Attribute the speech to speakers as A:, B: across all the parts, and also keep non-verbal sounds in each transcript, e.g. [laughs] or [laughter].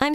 A: I'm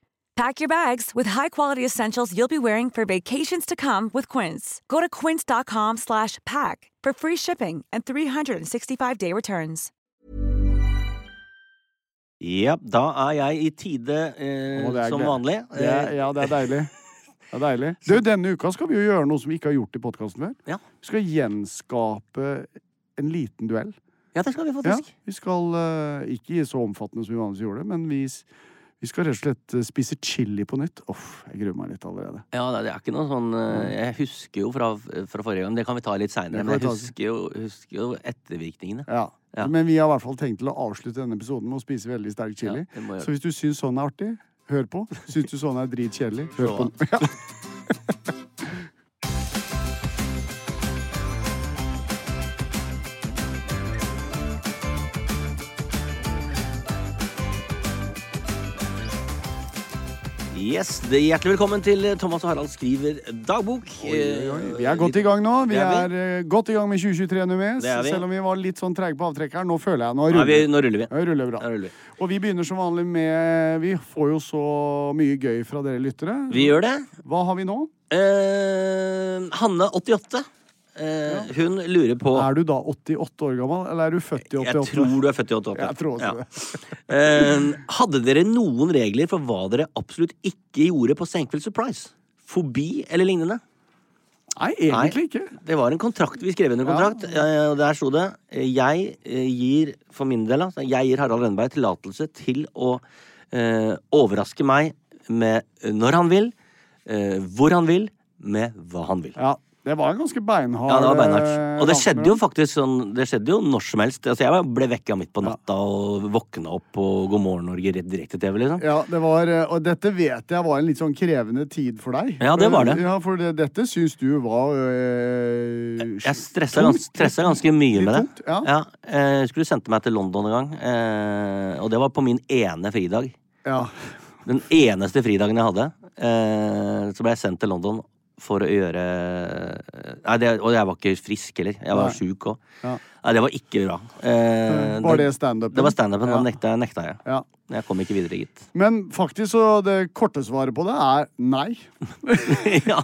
B: Pack your bags with high-quality essentials you'll be wearing for vacations to come with Quince. Go to quince.com slash pack for free shipping and 365-day returns.
C: Ja, da er jeg i tide eh,
D: Å, det er
C: som
D: gle-
C: vanlig. Eh,
D: Det er, ja, det er deilig.
C: [laughs]
D: Det er deilig. Du, denne uka skal vi jo gjøre noe som vi ikke har gjort i podkasten før.
C: Ja.
D: Vi skal gjenskape en liten duell.
C: ja, det skal vi
D: Ja,
C: faktisk.
D: vi skal eh, ikke så omfattende som vi vanligvis gjorde, men vi, s- vi skal rett og slett eh, spise chili på nytt. Uff, jeg gruer meg litt allerede.
C: Ja, det det er ikke noe sånn eh, Jeg husker jo fra, fra forrige gang, det kan vi ta litt seinere,
D: Det kan
C: men
D: vi
C: jeg
D: ta
C: husker jo, husker jo ettervirkningene.
D: Ja.
C: Ja.
D: Men vi har i hvert fall tenkt til å avslutte denne episoden med å spise veldig sterk chili.
C: Ja, det må jeg gjøre.
D: så hvis du syns sånn er artig, hør på. Syns du sånn er dritkjedelig, hør på den. Ja.
C: Yes, det er Hjertelig velkommen til eh, Thomas og Harald skriver dagbok. Eh,
D: Vi er godt i gang nå. Vi
C: Det er
D: er eh, godt i gang med 2023 NUMES.
C: Det er vi.
D: Selv om vi var litt sånn trege på avtrekkeren. Nå føler jeg nå
C: Nå, er vi,
D: ruller
C: nå ruller vi.
D: Ja, det ruller bra.
C: Nå ruller vi.
D: Og vi begynner som vanlig med Vi får jo så mye gøy fra dere lyttere.
C: Vi gjør det.
D: Hva har vi nå?
C: Eh, Hanne, 88, eh, hun lurer på
D: Er du da 88 år gammel, eller er du født i 88?
C: Jeg tror du er født i 88.
D: Jeg tror også
C: [laughs] Eh, hadde dere noen regler for hva dere absolutt ikke gjorde på Senkveld Surprise? Fobi eller lignende?
D: Nei, egentlig ikke.
C: Det var en kontrakt vi skrev under kontrakt, eh, og der sto det eh, Jeg eh, gir, for min del, altså, jeg gir Harald Rønneberg tillatelse til å eh, overraske meg med når han vil, eh, hvor han vil, med hva han vil.
D: Ja, det var en ganske beinhard
C: Ja, det var beinhardt.
D: eh,
C: Og det
D: avtale.
C: skjedde jo faktisk sånn Det skjedde jo når som helst. Altså, jeg ble vekka midt på natta og våkna opp på God morgen Norge rett- direkte-TV, liksom.
D: Ja, det var, eh, og dette vet jeg var en litt sånn krevende tid for deg.
C: Ja, det var det.
D: Ja, For det, dette syns du var øh,
C: Jeg stressa ganske, stressa ganske mye
D: Litt
C: med det.
D: tungt, ja.
C: Ja, eh, skulle sendte meg til London en gang, eh, og det var på min ene fridag.
D: Ja.
C: Den eneste fridagen jeg hadde. Eh, så ble jeg sendt til London for å gjøre Nei, det, Og jeg var ikke frisk heller. Jeg var
D: Nei.
C: sjuk òg.
D: Ja.
C: Nei, det var ikke bra. Eh,
D: Var det standupen?
C: Det var standupen.
D: Ja.
C: Da nekta, nekta jeg.
D: ja.
C: Jeg kom ikke videre, gitt.
D: Men faktisk, så det korte svaret på det er nei. [laughs]
C: [laughs] ja.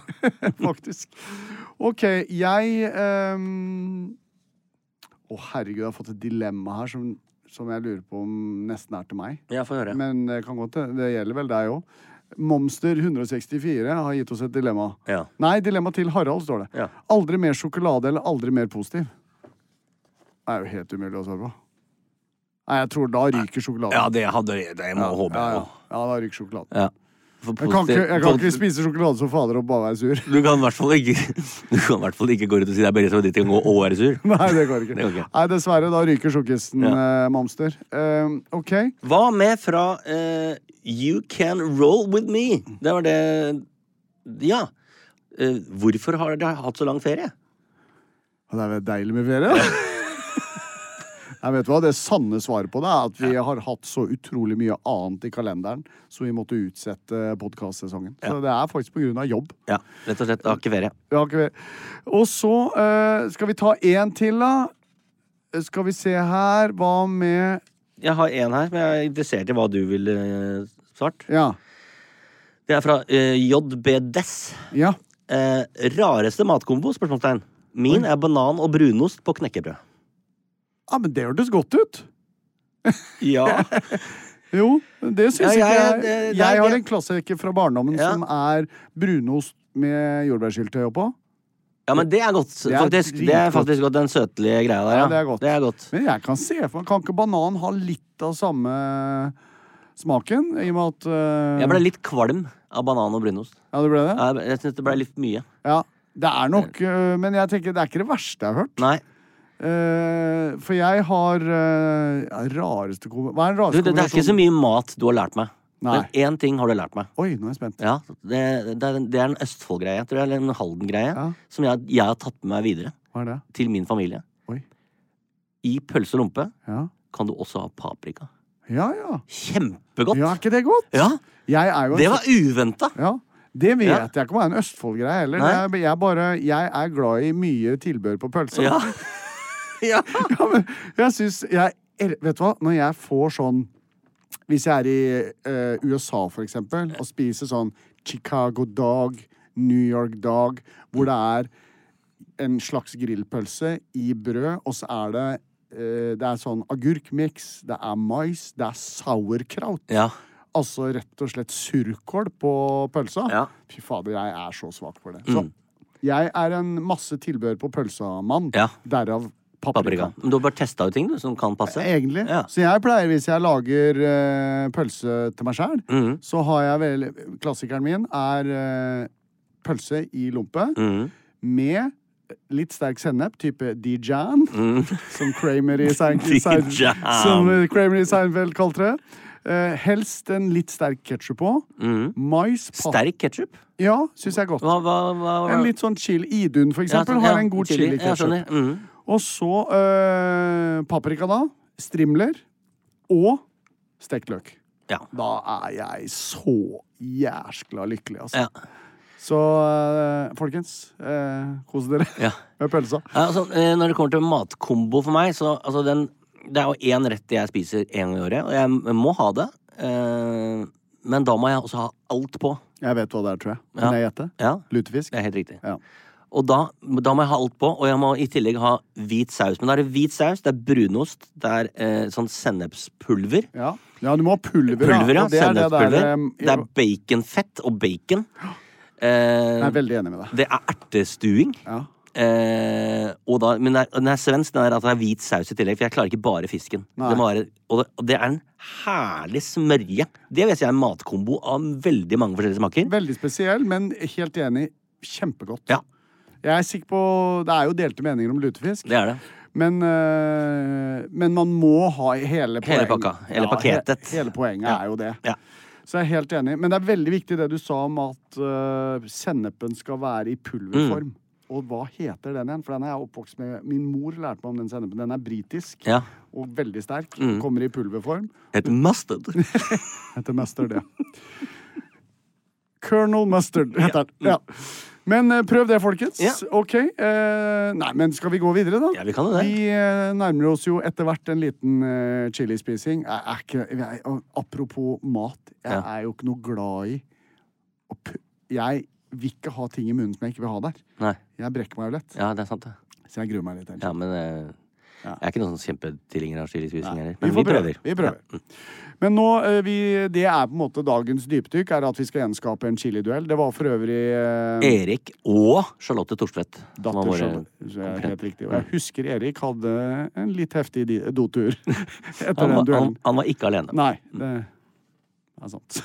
D: Faktisk. OK, jeg ehm, Å, herregud, jeg har fått et dilemma her som, som jeg lurer på om nesten er til meg.
C: Jeg får høre.
D: Men det kan godt hende. Det gjelder vel deg òg. Momster 164 har gitt oss et dilemma.
C: Ja.
D: Nei, dilemma til Harald, står det.
C: Ja.
D: Aldri mer sjokolade eller aldri mer positiv. Det er jo helt umulig å svare på. Nei, jeg tror da ryker sjokoladen.
C: ja, det hadde det må jeg håpe
D: ja,
C: jeg
D: ja. ja da ryker sjokoladen.
C: Ja. For
D: Jeg kan, ikke,
C: positiv-
D: jeg kan ikke
C: positiv-
D: spise sjokolade som fader og bare være sur. [laughs]
C: Du kan i hvert fall ikke [laughs] Du kan i hvert fall ikke gå rundt og si det er bare som ditt kan gå og være sur.
D: Nei, det går ikke.
C: Det går ikke.
D: Nei, dessverre. Da ryker sjokkisen,
C: Ja.
D: eh, Mamster. Eh, OK.
C: Hva med fra eh, You Can Roll With Me? Det var det Ja. Eh, hvorfor har dere hatt så lang ferie?
D: Ja, Det er vel deilig med ferie? Nei,
C: [laughs]
D: vet du hva? Det sanne svaret på det er at vi har hatt så utrolig mye annet i kalenderen, så vi måtte utsette podkastsesongen. Så det er faktisk på grunn av jobb.
C: Ja, Rett og slett. Det har ikke ferie.
D: Vi har ikke... Og så eh, skal vi ta én til, da. Skal vi se her Hva med
C: Jeg har en her, men jeg er interessert i hva du ville eh, svart.
D: Ja.
C: Det er fra eh, JB Dess.
D: ja.
C: Eh, rareste matkombo? spørsmålstegn. Min er banan og brunost på knekkebrød.
D: Ah, men det hørtes godt ut.
C: Ja.
D: Jo, det
C: Ja,
D: syns ikke
C: jeg-
D: jeg.
C: det- det-
D: Jeg har
C: det-
D: en klassiker fra barndommen
C: Ja.
D: som er brunost med jordbærsyltetøy oppå.
C: [laughs] ja, men det er godt.
D: Det er
C: faktisk, det er
D: dritgodt.
C: faktisk godt, den søtlige greia der.
D: Ja,
C: Ja,
D: det er godt.
C: Det er godt.
D: Men jeg kan se for meg Kan ikke banan ha litt av samme smaken? I og med at eh,
C: Jeg ble litt kvalm av banan og brunost.
D: Ja, det ble det?
C: Jeg, jeg synes det ble litt mye.
D: Ja. Det er nok eh, Men jeg tenker det er ikke det verste jeg har hørt.
C: Nei.
D: Eh, for jeg har eh, ja, rareste kom... Hva er den
C: Du,
D: rareste
C: det, det er ikke så mye mat du har lært meg.
D: Nei.
C: Men én ting har du lært meg.
D: Oi, nå er jeg spent.
C: Ja, Det, det, er, en- det er en Østfold-greie, tror jeg, eller en Halden-greie,
D: Ja.
C: som jeg, jeg har tatt med meg videre
D: Hva er det?
C: til min familie.
D: Oi.
C: I pølse og lompe
D: Ja,
C: kan du også ha paprika.
D: ja. ja.
C: Kjempegodt!
D: Ja, er ikke det godt?
C: Ja.
D: Jeg er jo en
C: Det var uventa!
D: Ja. Det vet
C: Ja.
D: jeg ikke om er en Østfold-greie heller.
C: Nei.
D: Jeg, jeg, bare, jeg er glad i mye tilbehør på pølsa. [laughs]
C: Ja. ja.
D: Ja, men jeg syns jeg, er- Vet du hva, når jeg får sånn Hvis jeg er i eh, USA, for eksempel, og spiser sånn Chicago Dog, New York Dog, hvor det er en slags grillpølse i brød, og så er det eh, det er sånn agurkmiks, det er mais, det er sauerkraut.
C: Ja.
D: Altså rett og slett surkål på pølsa.
C: Ja. Mm.
D: Fy fader, jeg er så svak for det. Så jeg er en masse tilbehør på pølsa-mann.
C: Ja.
D: Derav paprika.
C: Paprika. Men du har bare testa ut ting du, som kan passe?
D: Egentlig.
C: Ja.
D: Så jeg pleier, hvis jeg lager eh, pølse til meg sjæl,
C: Mm-hmm.
D: så har jeg vel Klassikeren min er eh, pølse i lompe
C: Mm-hmm.
D: med litt sterk sennep, type Dijan, [laughs] som Kramer i, Sein Sein-
C: Mm-hmm. [laughs] Dijon.
D: som eh, Kramer i Seinfeld kalte det. Eh, helst en litt sterk ketsjup på. Mais. pa-
C: Mm-hmm. Sterk ketsjup?
D: Ja, syns jeg er godt.
C: Hva, hva, hva, hva?
D: En litt sånn chili Idun, for
C: Ja,
D: eksempel,
C: sånn, ja,
D: har en god
C: chili.
D: chili
C: Ja, jeg
D: ketchup.
C: skjønner. Mhm.
D: Og så øh, paprika, da. Strimler. Og stekt løk.
C: Ja.
D: Da er jeg så jæskla lykkelig, altså.
C: Ja.
D: Så øh, folkens, øh, kos dere [laughs]
C: Ja.
D: med pølsa.
C: Ja, Altså, eh, når det kommer til matkombo for meg, så altså den Det er jo én rett jeg spiser én gang i året, og jeg må ha det. eh, men da må jeg også ha alt på.
D: Jeg vet hva det er, tror jeg. Kan jeg gjette?
C: Ja,
D: Lutefisk?
C: det er helt riktig.
D: Ja.
C: Og da, da må jeg ha alt på, og jeg må i tillegg ha hvit saus. Men da er det hvit saus, det er brunost, det er eh, sånn sennepspulver.
D: Ja. ja, du må ha pulver. da.
C: Pulver, ja.
D: Og det er det der, eh, um,
C: Sennepspulver.
D: øhm,
C: Det er baconfett og bacon. Eh,
D: jeg er veldig enig med deg.
C: det er ertestuing.
D: Ja.
C: Eh, og da, men det er- den er svensk, den er at det er hvit saus i tillegg, for jeg klarer ikke bare fisken.
D: Nei.
C: Det må være, og, det, og det er en herlig smørje. Det vil jeg si er en matkombo av veldig mange forskjellige smaker.
D: Veldig spesiell, men helt enig. Kjempegodt.
C: Ja.
D: Jeg er sikker på, Det er jo delte meninger om lutefisk,
C: Det er det.
D: men, øh, men man må ha hele poenget.
C: pakka, hele paketet.
D: He, hele poenget er jo det.
C: Ja.
D: Så jeg er helt enig. Men det er veldig viktig det du sa om at øh, sennepen skal være i
C: Mm.
D: pulverform. Og hva heter den igjen? For den er jeg oppvokst med. Min mor lærte meg om den sennepen. Den er britisk
C: Ja. Mm.
D: og veldig sterk. Kommer i pulverform.
C: Et mustard.
D: Heter Mustard, ja. [laughs] Colonel Mustard heter den. Ja. Men eh, prøv det, folkens.
C: Mm. Ja.
D: Ok. eh, nei, men skal vi gå videre, da?
C: Ja, vi kan jo det.
D: Vi eh, nærmer oss jo etter hvert en liten eh, chilispising. Jeg er ikke jeg, og Apropos mat. Jeg
C: Ja.
D: er jo ikke noe glad i å pu- Jeg vil ikke ha ting i munnen som jeg ikke vil ha der.
C: Nei.
D: Jeg brekker meg jo lett,
C: Ja, det er sant, det.
D: så jeg gruer meg litt. egentlig.
C: Ja, men eh, jeg er ikke noen sånn kjempetilhenger av chilispising heller.
D: Vi
C: Men
D: får
C: vi
D: prøve.
C: prøver.
D: Vi prøver. Men nå, eh, vi, det er på en måte dagens dypdykk, er at vi skal gjenskape en chiliduell. Det var for øvrig eh,
C: Ja. Erik og Charlotte Thorstvedt. som var
D: datter
C: våre
D: Charlotte. Så jeg er
C: konkurrenter.
D: Helt riktig. Og jeg husker Erik hadde en litt heftig di-
C: [laughs]
D: dotur [laughs] etter
C: Han,
D: den
C: var- han,
D: duellen.
C: han var ikke alene.
D: Nei, det
C: Mm.
D: er sant.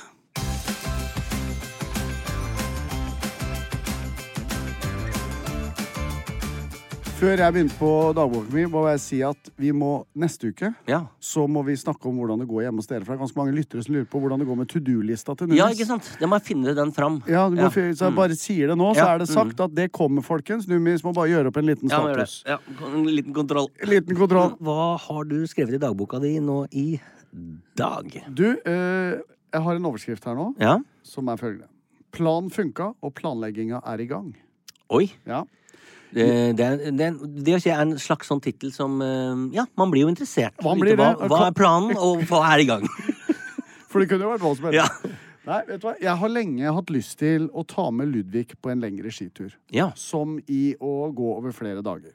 D: Før jeg begynte på dagboken min, må jeg si at vi må neste uke
C: Ja.
D: så må vi snakke om hvordan det går hjemme hos dere. For det er ganske mange lyttere som lurer på hvordan det går med to do-lista til Nunes.
C: ja, ikke sant? Da må jeg finne den fram.
D: Ja, du må, fi- Så jeg bare sier det nå, så
C: Ja, Mm.
D: er det sagt at det kommer, folkens. Numis må bare gjøre opp en liten
C: Ja, må gjøre
D: status.
C: det. Ja, en liten kontroll.
D: Liten kontroll.
C: Hva har du skrevet i dagboka di nå i dag?
D: Du, eh, jeg har en overskrift her nå,
C: Ja.
D: som er følgende. Plan funka, og planlegginga er i gang.
C: Oi.
D: Ja.
C: Det, det, er- det, er- det å se er en slags sånn tittel som eh, Ja, man blir jo interessert.
D: Man
C: Vet du
D: blir
C: hva,
D: det.
C: hva er planen, og hva er i
D: [laughs]
C: gang?
D: For det kunne jo vært hva som helst.
C: [laughs] Ja.
D: Nei, vet du hva? Jeg har lenge hatt lyst til å ta med Ludvig på en lengre skitur.
C: Ja.
D: Som i å gå over flere dager.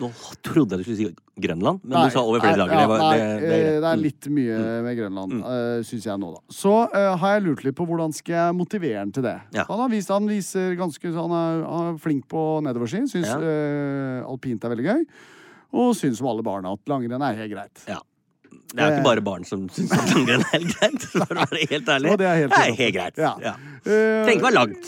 C: Nå trodde jeg du skulle si Grønland, men
D: Nei,
C: du sa over flere
D: nei,
C: dager.
D: ja,
C: Det, var,
D: nei,
C: det, det,
D: eh,
C: er
D: det er
C: greit. Mm.
D: litt mye med Grønland, mm. syns jeg nå, da. Så eh, har jeg lurt litt på hvordan skal jeg motivere han til det.
C: Ja.
D: Han, har vist, han viser ganske Han er, han er flink på nedoverski. Syns
C: Ja.
D: eh, alpint er veldig gøy. Og syns som alle barna at langrenn er helt greit.
C: ja. det er jo
D: Eh.
C: ikke bare barn som syns at langrenn er helt greit. For å være helt ærlig.
D: Og det er helt
C: helt greit.
D: Ja.
C: Ja.
D: Eh,
C: Tenk meg
D: [laughs]
C: langt.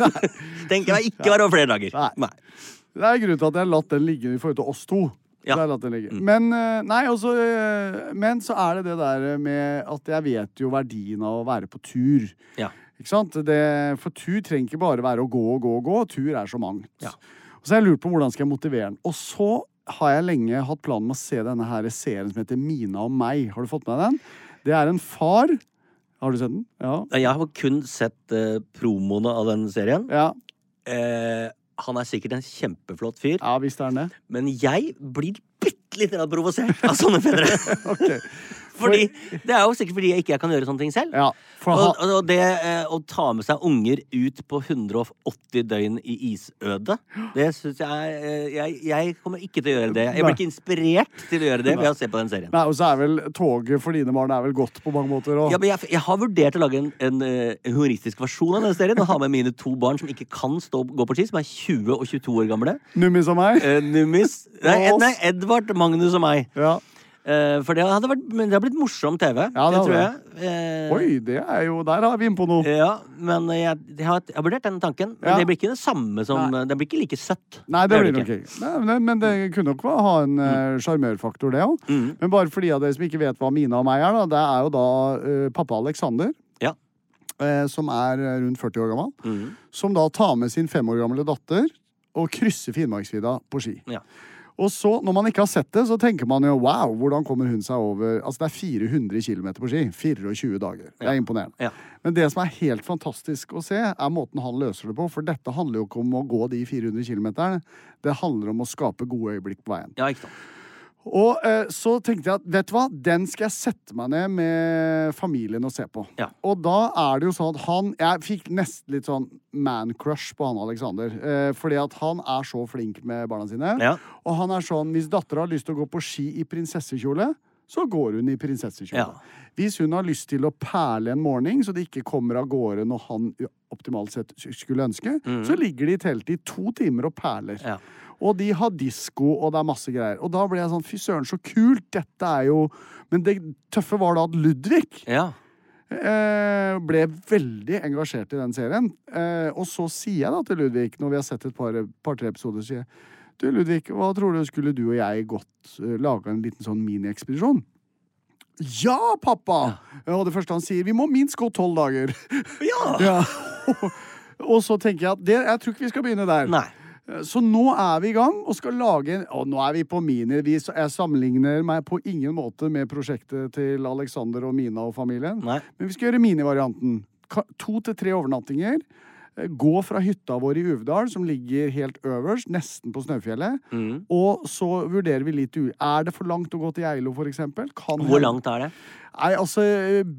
C: Nei. Tenk meg ikke være over flere dager.
D: Nei.
C: Nei.
D: Det er grunnen til at jeg har latt den ligge i forhold til oss to.
C: Ja. Mm.
D: Så jeg har latt den ligge. Men, eh, nei, også, eh, men så er det det der med at jeg vet jo verdien av å være på tur.
C: Ja.
D: Ikke sant? Det, for tur trenger ikke bare være å gå og gå og gå. Tur er så mangt.
C: Ja.
D: Og så har jeg lurt på hvordan skal jeg motivere den. Og så har jeg lenge hatt planen med å se denne her serien som heter Mina og meg. Har du fått med deg den? Det er en far Har du sett den? Ja.
C: Jeg har kun sett eh, promoene av den serien.
D: Ja,
C: Eh, han er sikkert en kjempeflott fyr,
D: ja visst er den det.
C: men jeg blir bitte litt grann provosert av sånne fedre.
D: [laughs] Ok.
C: Fordi, det er jo sikkert fordi jeg ikke kan gjøre sånne ting selv.
D: Ja, for
C: Og,
D: han-
C: og og det eh, å ta med seg unger ut på 180 døgn i isødet, det syns jeg, eh, jeg Jeg kommer ikke til å gjøre det. Jeg
D: Nei.
C: blir ikke inspirert til å gjøre det ved å se på den serien.
D: Nei, og så er vel toget for dine barn er vel godt på mange måter. Og...
C: Ja, men jeg, jeg har vurdert å lage en, en, eh, en humoristisk versjon av denne serien. Og ha med mine to barn som ikke kan stå, gå på ski, som er 20 og 22 år gamle.
D: Nummi som meg.
C: Eh, Nummis nei,
D: Og oss.
C: Ed, nei, Edvard, Magnus og meg.
D: Ja.
C: Eh, for det hadde, vært, men det hadde blitt morsom TV.
D: Ja,
C: det
D: det
C: tror
D: hadde
C: jeg. Eh,
D: Oi, det er jo Der er vi inne på noe.
C: Ja, men jeg, jeg, har, jeg har vurdert den tanken. Men
D: Ja.
C: det blir ikke det samme som eh, Det blir ikke like søtt.
D: Nei, det blir nok
C: ikke. Mm.
D: ikke. Nei, Men, men det kunne nok ha en eh, sjarmørfaktor, det òg. Men bare for de av dere som ikke vet hva Mina og meg er, da, det er jo da eh, pappa Alexander,
C: Ja.
D: eh, som er eh, rundt 40 år gammel,
C: Mm.
D: som da tar med sin fem år gamle datter og krysser Finnmarksvidda på ski.
C: Ja.
D: Og så, når man ikke har sett det, så tenker man jo wow, hvordan kommer hun seg over Altså, det er 400 km på ski. 24 dager. Det er imponerende.
C: Ja.
D: Men det som er helt fantastisk å se, er måten han løser det på. For dette handler jo ikke om å gå de 400 km. Det handler om å skape gode øyeblikk på veien.
C: Ja, ikke sant.
D: Og eh, så tenkte jeg at vet du hva, den skal jeg sette meg ned med familien og se på.
C: Ja.
D: Og da er det jo sånn at han Jeg fikk nesten litt sånn man-crush på han Alexander. Eh, fordi at han er så flink med barna sine.
C: Ja.
D: Og han er sånn hvis dattera har lyst til å gå på ski i prinsessekjole, så går hun i prinsessekjole.
C: Ja.
D: Hvis hun har lyst til å perle en morgen, så det ikke kommer av gårde når han u- optimalt sett skulle ønske, så ligger de i teltet i to timer og perler.
C: Mm. Ja.
D: Og de har disko, og det er masse greier. Og da ble jeg sånn fy søren, så kult! Dette er jo Men det tøffe var da at Ludvig
C: Ja.
D: eh, ble veldig engasjert i den serien. Eh, og så sier jeg da til Ludvig, når vi har sett et par-tre episoder, sier jeg du Ludvig, hva tror du skulle du og jeg godt eh, laga en liten sånn miniekspedisjon? Ja, pappa! Eh, Og det første han sier, vi må minst gå tolv dager. [laughs] Ja. [laughs] og så tenker jeg at det, jeg tror ikke vi skal begynne der.
C: Nei.
D: Eh, Så nå er vi i gang og skal lage en Og nå er vi på mini. Vi, jeg sammenligner meg på ingen måte med prosjektet til Alexander og Mina og familien.
C: Nei.
D: Men vi skal gjøre minivarianten. Ka- To til tre overnattinger. Eh, Gå fra hytta vår i Uvdal, som ligger helt øverst, nesten på Snøfjellet.
C: Mm.
D: Og så vurderer vi litt u... Er det for langt å gå til Geilo, for eksempel? Kan
C: Hvor
D: hende-
C: langt er det?
D: Nei, altså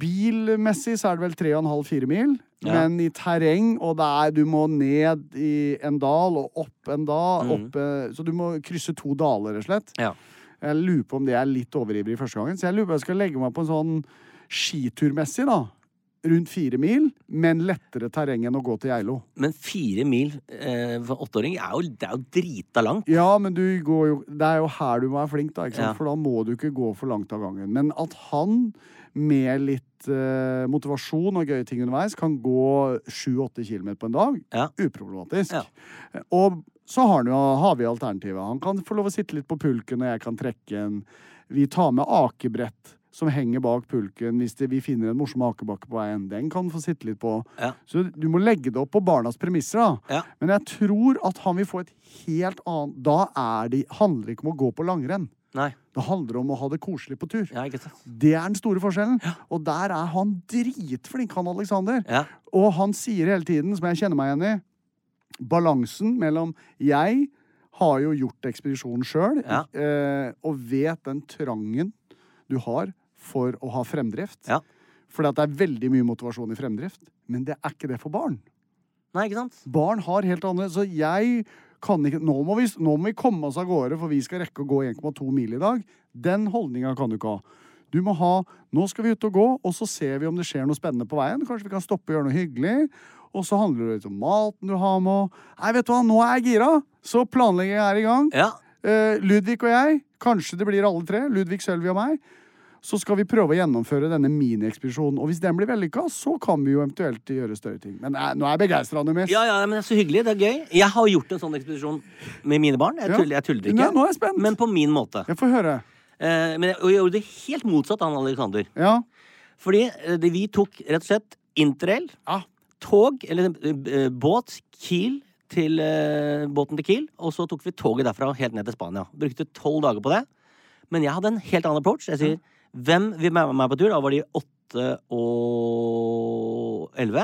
D: bilmessig så er det vel 3,5-4 mil.
C: Ja.
D: Men i terreng, og det er du må ned i en dal og opp en dal. Opp, eh, så du må krysse to daler, rett og slett.
C: Mm. Ja.
D: Jeg lurer på om det er litt overivrig første gangen. Så jeg lurer på om jeg skal legge meg på en sånn skiturmessig, da. Rundt fire mil, men lettere terreng enn å gå til Geilo.
C: Men fire mil eh, for en åtteåring er jo, det er jo drita langt.
D: Ja, men du går jo Det er jo her du må være flink, da. Ikke sant?
C: Ja.
D: For da må du ikke gå for langt av gangen. Men at han med litt eh, motivasjon og gøye ting underveis kan gå 7-8 km på en dag,
C: Ja.
D: uproblematisk.
C: Ja.
D: Og så har, han jo, har vi alternativet. Han kan få lov å sitte litt på pulken, og jeg kan trekke en. Vi tar med akebrett. Som henger bak pulken hvis det, vi finner en morsom akebakke på veien. Den kan få sitte litt på.
C: Ja.
D: Så du må legge det opp på barnas premisser,
C: Ja.
D: da. Men jeg tror at han vil få et helt annet Da er det, handler det ikke om å gå på langrenn.
C: Nei.
D: Det handler om å ha det koselig på tur.
C: Ja, ikke sant.
D: Det er den store forskjellen. Og der er han dritflink, han Alexander.
C: Ja.
D: Og han sier hele tiden, som jeg kjenner meg igjen i, balansen mellom jeg har jo gjort ekspedisjonen sjøl,
C: Ja.
D: eh, og vet den trangen du har for å ha fremdrift.
C: Ja.
D: Fordi at det er veldig mye motivasjon i fremdrift, men det er ikke det for barn.
C: Nei, ikke sant?
D: Barn har helt andre Så jeg kan ikke Nå må vi, nå må vi komme oss av gårde, for vi skal rekke å gå 1,2 mil i dag. Den holdninga kan du ikke ha. Du må ha Nå skal vi ut og gå, og så ser vi om det skjer noe spennende på veien. Kanskje vi kan stoppe og gjøre noe hyggelig. Og så handler det litt om maten du har med. og- Nei, vet du hva, nå er jeg gira! Så planleggingen er i gang.
C: Ja.
D: Eh, Ludvig og jeg, kanskje det blir alle tre, Ludvig, Sølvi og meg, så skal vi prøve å gjennomføre denne miniekspedisjonen. Og hvis den blir vellykka, så kan vi jo eventuelt gjøre større ting. Men eh, nå er jeg begeistra, Numis.
C: Ja, ja, men det er så hyggelig. Det er gøy. Jeg har gjort en sånn ekspedisjon med mine barn. Jeg
D: Ja.
C: tuller, jeg tuller
D: Nei,
C: ikke.
D: nå er jeg spent.
C: Men på min måte.
D: Jeg får høre.
C: Eh, men jeg, og jeg gjorde det helt motsatt av han Alexander.
D: Ja.
C: Fordi eh, det, vi tok rett og slett interrail,
D: Ja.
C: tog, eller eh, båt, Kiel til eh, båten til Kiel, og så tok vi toget derfra helt ned til Spania. Brukte tolv dager på det. Men jeg hadde en helt annen approach. Jeg sier hvem vil være med meg på tur? Da var de åtte og elleve.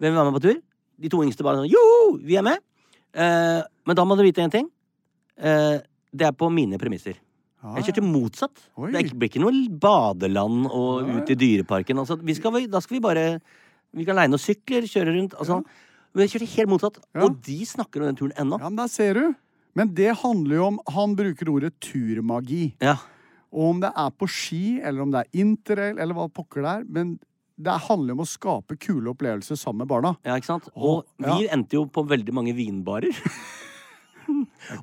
C: Hvem vil være med på tur? De to yngste bare sånn joho, vi er med. Eh, men da må du vite én ting. Eh, det er på mine premisser. Jeg kjørte motsatt.
D: Oi.
C: Det er ikke- blir ikke noe badeland og ut i dyreparken. Altså, vi skal, da skal vi bare Vi kan leie noen sykler, kjøre rundt. Altså, Men jeg kjørte helt motsatt.
D: Ja.
C: Og de snakker om den turen ennå.
D: ja, men der ser du. Men det handler jo om Han bruker ordet turmagi.
C: Ja.
D: Og om det er på ski, eller om det er interrail, eller hva pokker det er. Men det handler om å skape kule opplevelser sammen med barna.
C: ja, ikke sant? Og
D: Å, ja.
C: vi endte jo på veldig mange
D: [laughs]
C: vinbarer.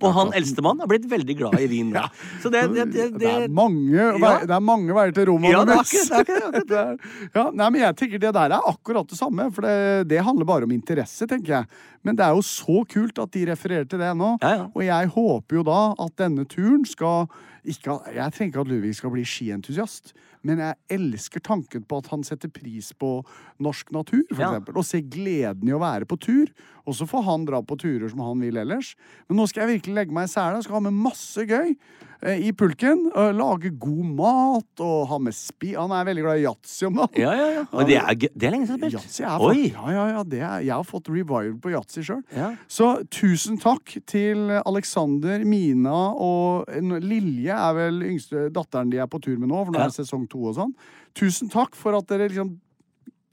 C: og han eldstemann har blitt veldig glad i vin. da. Så det, det, det,
D: Det
C: det
D: er mange, vei,
C: Ja.
D: det er mange veier til Roma.
C: Ja, det er
D: Numis.
C: akkurat- det er akkurat-
D: [laughs] Det er- ja, nei, men jeg tenker Det der er akkurat det samme, for det, det handler bare om interesse, tenker jeg. Men det er jo så kult at de refererer til det nå.
C: Ja, ja.
D: Og jeg håper jo da at denne turen skal ikke, at- Jeg trenger ikke at Ludvig skal bli skientusiast, men jeg elsker tanken på at han setter pris på norsk natur, for
C: Ja.
D: eksempel. Og ser gleden i å være på tur. Og så får han dra på turer som han vil ellers. Men nå skal jeg virkelig legge meg i sela. Skal ha med masse gøy eh, i pulken. eh, lage god mat og ha med spi... Han er veldig glad i yatzy om dagen.
C: Ja, ja, ja. Og det er, gøy- det er lenge siden jeg har
D: Yatzy
C: spilt.
D: er faktisk,
C: Oi!
D: ja, ja, ja, det er, jeg har fått revival på yatzy sjøl.
C: Ja.
D: Så tusen takk til Alexander, Mina og en- Lilje er vel yngste datteren de er på tur med nå, for nå
C: Ja.
D: er det sesong to og sånn. Tusen takk for at dere liksom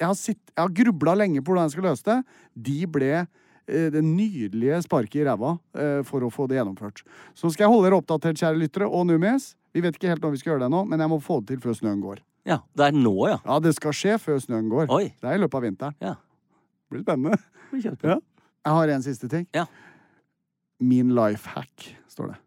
D: Jeg har, sitt- jeg har grubla lenge på hvordan jeg skal løse det. De ble eh, det nydelige sparket i ræva eh, for å få det gjennomført. Så skal jeg holde dere oppdatert, kjære lyttere, og Numis. Vi vet ikke helt når vi skal gjøre det ennå, men jeg må få det til før snøen går.
C: Ja, det er nå, ja.
D: Ja, det skal skje før snøen går.
C: Oi.
D: Det er i løpet av vinteren.
C: ja.
D: Det blir spennende. Ja. Jeg har en siste ting.
C: Ja.
D: Min life hack, står det.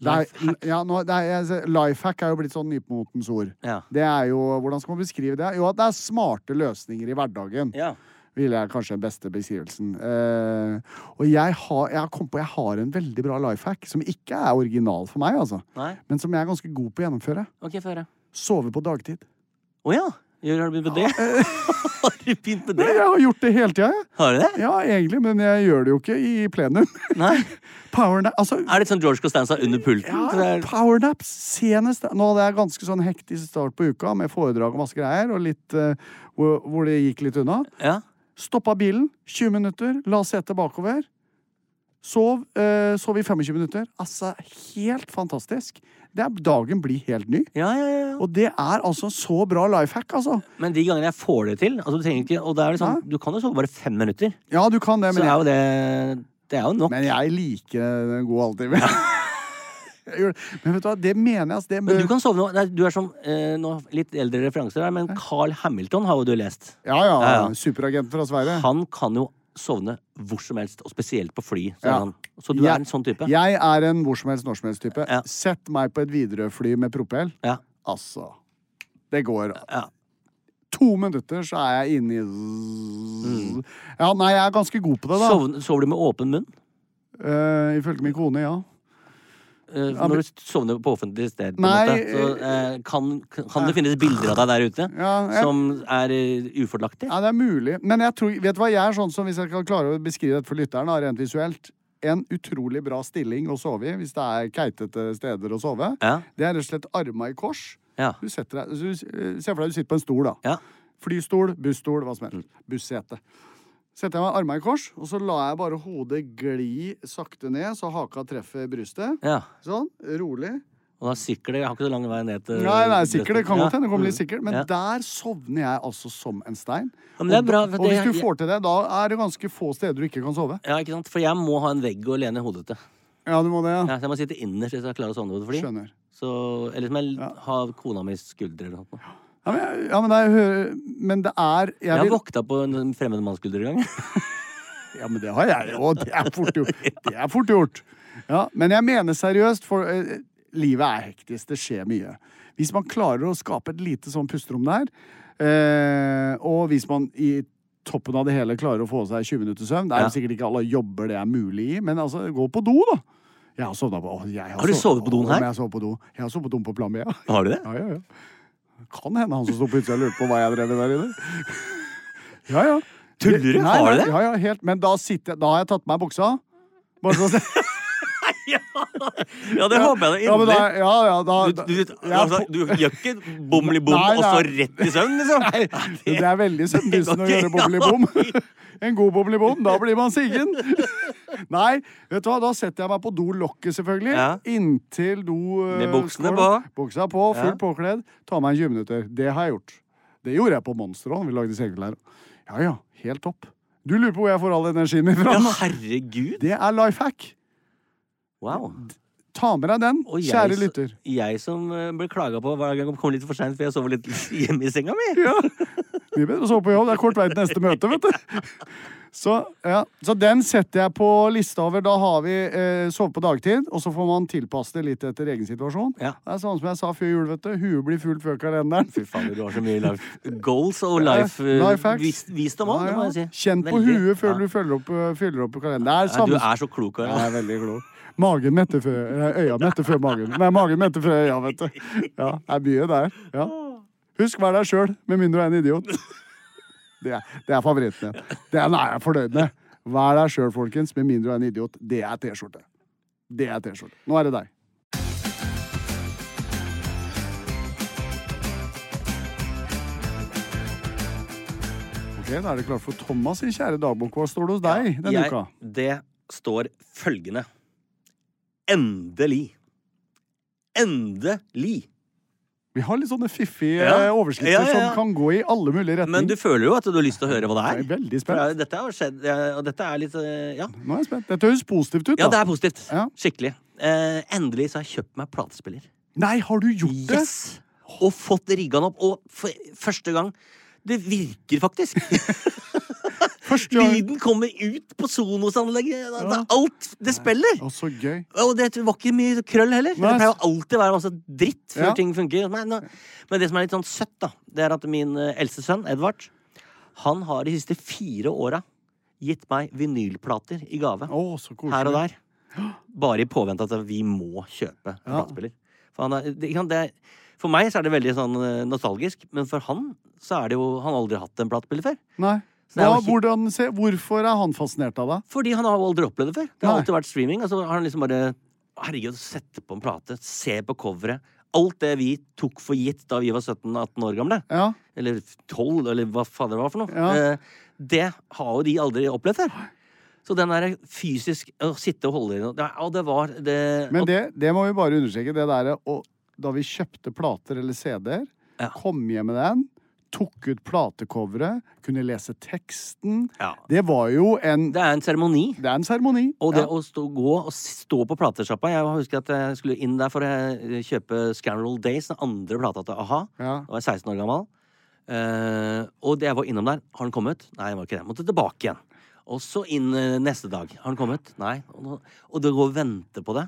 D: det er,
C: Lifehack.
D: ja, nå, det er, life hack er jo blitt sånn nypemotens ord.
C: Ja.
D: Det er jo, Hvordan skal man beskrive det? Jo, at det er smarte løsninger i hverdagen.
C: Ja.
D: Ville jeg kanskje den beste beskrivelsen. Eh, og jeg har, jeg har kommet på jeg har en veldig bra life hack, som ikke er original for meg, altså.
C: Nei.
D: Men som jeg er ganske god på å gjennomføre.
C: Ok, få høre.
D: Sove på dagtid.
C: Å ja! Gjør- Har du begynt med det? [laughs] har du begynt med
D: Nei,
C: det?
D: jeg har gjort det hele tida, jeg.
C: Har du det?
D: [laughs] Ja, egentlig, men jeg gjør det jo ikke i plenum. [laughs]
C: Nei?
D: Powernap altså,
C: Er det sånn George Costanza under pulten? Så det
D: Ja,
C: er-
D: powernaps senest Nå hadde jeg ganske sånn hektisk start på uka med foredrag og masse greier, og litt eh, hvor, hvor det gikk litt unna.
C: ja.
D: Stoppa bilen, 20 minutter, la setet bakover. Sov, eh, sov i 25 minutter. Altså, helt fantastisk. Det er, dagen blir helt ny.
C: Ja, ja, ja, ja.
D: Og det er altså så bra life hack, altså.
C: Men de gangene jeg får det til altså Du trenger ikke, og det er liksom, du kan jo sove bare fem minutter.
D: Ja, du kan det,
C: Så er
D: men jeg,
C: jo det Det er jo nok.
D: men jeg liker en god halvtime. [laughs] Jeg gjør det. Men vet du hva, det mener jeg, altså. Det
C: Men du kan sove nå. Nei, Du er som eh, nå, Litt eldre referanser her, men Carl Hamilton har jo du lest.
D: Ja, ja.
C: Ja, ja.
D: Superagent fra Sverige.
C: Han kan jo sovne hvor som helst, og spesielt på fly. Så,
D: Ja.
C: han. så du
D: Jeg-
C: er en sånn type?
D: Jeg er en hvor som helst, når som helst type.
C: Ja.
D: Sett meg på et Widerøe-fly med propell.
C: Ja.
D: Altså Det går. altså.
C: Ja.
D: To minutter, så er jeg inne i zzz. Ja, nei, jeg er ganske god på det, da.
C: Mm. Sovn- sover du med åpen munn?
D: Eh, ifølge min kone, ja.
C: Eh,
D: Ja,
C: Når
D: men-
C: du sovner på offentlig sted, på en
D: Nei,
C: måte, så eh, kan, kan det finnes bilder av deg der ute
D: Ja, jeg-
C: som er eh, ufordelaktige?
D: Ja, det er mulig. Men jeg tror, vet du hva, jeg er sånn som, hvis jeg kan klare å beskrive dette for lytteren, da, rent visuelt En utrolig bra stilling å sove i, hvis det er keitete steder å sove.
C: Ja.
D: Det er rett og slett arma i kors.
C: Ja.
D: Du setter deg, du, Se for deg du sitter på en stol, da.
C: Ja. Mm.
D: Flystol, busstol, hva som helst. Bussete. setter jeg meg armene i kors, og så lar jeg bare hodet gli sakte ned, så haka treffer brystet.
C: Ja.
D: Sånn, rolig.
C: Og da sikker det. Jeg har ikke så lang vei ned til
D: Nei, nei, sikkert, det kan godt
C: Eh, Ja. Mm.
D: hende. det kommer litt sikkert Men
C: Ja.
D: der sovner jeg altså som en stein.
C: Ja, men det er
D: Og
C: bra,
D: da-
C: for
D: og
C: det-
D: hvis du får til det, da er det ganske få steder du ikke kan sove.
C: Ja, ikke sant? For jeg må ha en vegg å lene hodet til.
D: Ja, du må det, ja.
C: Ja, så jeg må sitte innerst hvis jeg klarer å sovne på et fly.
D: Skjønner.
C: Så, eller som jeg har kona mi skuldre eller noe.
D: Ja, men, jeg- ja, men, det, er, men det er
C: Jeg
D: jeg
C: har
D: vil,
C: våkna på en fremmed manns skulder en gang.
D: Ja, men det har jeg jo. Det er fort gjort. Det er fort gjort. Ja, men jeg mener seriøst, for eh, livet er hektisk. Det skjer mye. Hvis man klarer å skape et lite sånn pusterom der, eh, og hvis man i toppen av det hele klarer å få seg 20 minutter søvn Det er jo sikkert ikke alle jobber det er mulig i, men altså, gå på do, da. Jeg har sovna på å, jeg
C: Har du
D: sov-
C: sovet på doen
D: Å,
C: her?
D: men Jeg, har sovet på do. jeg har sovet på doen på Plan B, ja.
C: [laughs] Har du det?
D: Ja, ja, ja. Kan hende han som sto på utsida lurte på hva jeg drev med der inne. Ja, ja.
C: Tuller du?
D: Nei,
C: Har du
D: nei,
C: det?
D: Ja, ja, helt. Men da, sitter, jeg- da har jeg tatt meg buksa. Bare så
C: Ja, det håper [laughs] jeg da
D: Ja, men da,
C: inderlig.
D: ja, ja, da,
C: Du, du,
D: jeg-
C: altså, du gjør ikke bomli-bom
D: Nei,
C: og så
D: nei.
C: rett i søvn, liksom?
D: Nei, det er veldig søvndyssende å
C: det
D: gjøre
C: går ikke.
D: boblibom. [laughs] En god boblibom, da blir man
C: [laughs]
D: siggen. Nei, vet du hva, da setter jeg meg på dolokket, selvfølgelig.
C: Ja.
D: Inntil do eh,
C: Med buksene
D: skål.
C: på.
D: Buksa på,
C: Ja.
D: fullt påkledd. Tar meg en 20 minutter. Det har jeg gjort. Det gjorde jeg på Monsteron. Vi lagde segelklær. Ja ja, helt topp. Du lurer på hvor jeg får all energien min fra?
C: Ja,
D: nå.
C: herregud.
D: Det er life hack.
C: Wow.
D: Ta med deg den,
C: Og jeg,
D: kjære
C: s-
D: lytter.
C: Jeg som eh, ble klaga på hver gang jeg kom litt for seint, for jeg sover litt [laughs] hjemme i senga
D: [laughs]
C: mi.
D: Mye bedre å sove på jobb. Det er kort vei til neste møte, vet du. Så, ja. så den setter jeg på lista over. Da har vi eh, sove på dagtid, og så får man tilpasse det litt etter egen situasjon.
C: Ja.
D: Det er sånn som jeg sa før jul, vet du. Huet blir fullt før kalenderen.
C: Fy faen, du har så mye life goals og life, eh,
D: Life hacks.
C: vis, visdom òg,
D: Ja,
C: det må jeg
D: ja.
C: si.
D: Kjenn på
C: Veldig.
D: huet før
C: Ja.
D: du følger opp, eh, fyller opp kalenderen. Det er
C: Nei,
D: samme
C: Du er så klok.
D: Jeg
C: Ja.
D: er veldig klok. Magen metter før nei, Øya metter før magen. Nei, magen metter før øya, vet du. Ja, det er mye der. Ja. Husk, vær deg sjøl, med mindre du er en idiot. Det er, det er favoritten min. Det er, nei, jeg er fornøyd med. Vær deg sjøl, folkens, med mindre du er en idiot. Det er T-skjorte. Det er T-skjorte. Nå er det deg. Ok, Da er det klart for Thomas sin kjære dagbok. Hva står det hos deg denne
C: Jeg,
D: uka?
C: det står følgende. Endelig. Endelig.
D: Vi har litt sånne fiffige
C: Ja.
D: eh, overskrifter
C: Ja, ja, ja.
D: som kan gå i alle mulige retninger.
C: Men du føler jo at du har lyst til å høre hva det
D: Jeg
C: er.
D: er
C: For
D: veldig
C: det
D: spent.
C: er- dette har skjedd, eh, og dette er litt eh, Ja.
D: Nå er jeg spent. Dette høres positivt ut. da.
C: Ja, det er positivt.
D: Ja.
C: Skikkelig. Eh, endelig så har jeg kjøpt meg platespiller.
D: Nei, har du gjort det?
C: Yes! Og fått rigga den opp. Og for første gang Det virker faktisk!
D: [laughs] Første gang.
C: Lyden kommer ut på Sonos-anlegget. Det er alt det spiller!
D: Å, så gøy.
C: Og det var ikke mye krøll heller.
D: Nei.
C: Det pleier jo alltid å være masse dritt før
D: Ja.
C: ting funker. Men, men det som er litt sånn søtt, da, det er at min eh, eldste sønn, Edvard, han har de siste fire åra gitt meg vinylplater i gave.
D: Å, så koselig.
C: her og der. Bare i påvente at vi må kjøpe en platespiller. For, han er, det, ikke sant, det, er- for meg så er det veldig sånn eh, nostalgisk, men for han så er det jo Han har aldri hatt en platespiller før.
D: Nei.
C: det er
D: Hva,
C: jo helt-
D: hvordan, se, hvorfor er han fascinert av deg?
C: Fordi han har jo aldri opplevd det før. Det har
D: Nei.
C: alltid vært streaming. Og så har han liksom bare Herregud, sette på en plate, se på coveret. Alt det vi tok for gitt da vi var 17-18 år gamle.
D: Ja.
C: Eller 12, eller hva fader det var for noe.
D: Ja.
C: Eh, Det har jo de aldri opplevd før. Så den der fysisk å sitte og holde i noe det- Og det var det,
D: Men det, det må vi bare understreke. Det der, og da vi kjøpte plater eller CD-er,
C: Ja.
D: kom hjem med den, tok ut platecoveret, kunne lese teksten
C: Ja.
D: Det var jo en
C: det er en seremoni.
D: Det er en seremoni.
C: Og det
D: Ja.
C: å stå, gå og stå på platesjappa Jeg husker at jeg skulle inn der for å eh, kjøpe Scanroll Days, den andre plata til a-ha.
D: Ja.
C: Da var jeg 16 år gammel. Eh, og det jeg var innom der, har den kommet? Nei, den var ikke det. Jeg måtte tilbake igjen. Og så inn eh, neste dag. Har den kommet? Nei. Og, nå- og det å gå og vente på det,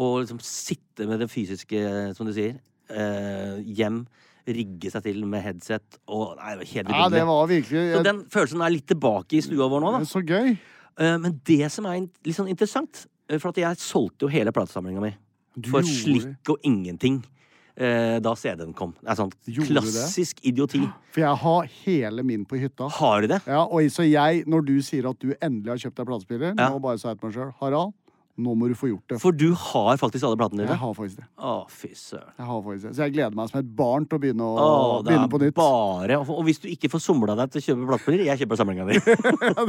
C: og liksom sitte med det fysiske, som du sier, eh, hjem, rigge seg til med headset og Nei, det var helt
D: ja, det
C: vidunderlig.
D: var virkelig
C: Så den følelsen er litt tilbake i stua vår nå, da.
D: Så gøy.
C: Eh, Men det som er in- litt sånn interessant eh, For at jeg solgte jo hele platesamlinga mi.
D: Du
C: For
D: gjorde-
C: slikk og ingenting. eh, Da CD-en kom. Det er sånn
D: Gjorde du det?
C: klassisk idioti.
D: For jeg har hele min på hytta.
C: Har du det?
D: Ja, og så jeg, når du sier at du endelig har kjøpt deg platespiller,
C: Ja.
D: nå bare sa jeg til meg sjøl Harald, Nå må du få gjort det.
C: For du har faktisk alle platene
D: Jeg
C: dine?
D: har faktisk det.
C: Å, fy søren.
D: Jeg har faktisk det. Så jeg gleder meg som et barn til å begynne, å,
C: Å, det
D: begynne på
C: er
D: nytt. [laughs]
C: bare Og hvis du ikke får somla deg til å kjøpe platepiller, jeg kjøper samlinga
D: [laughs]
C: di.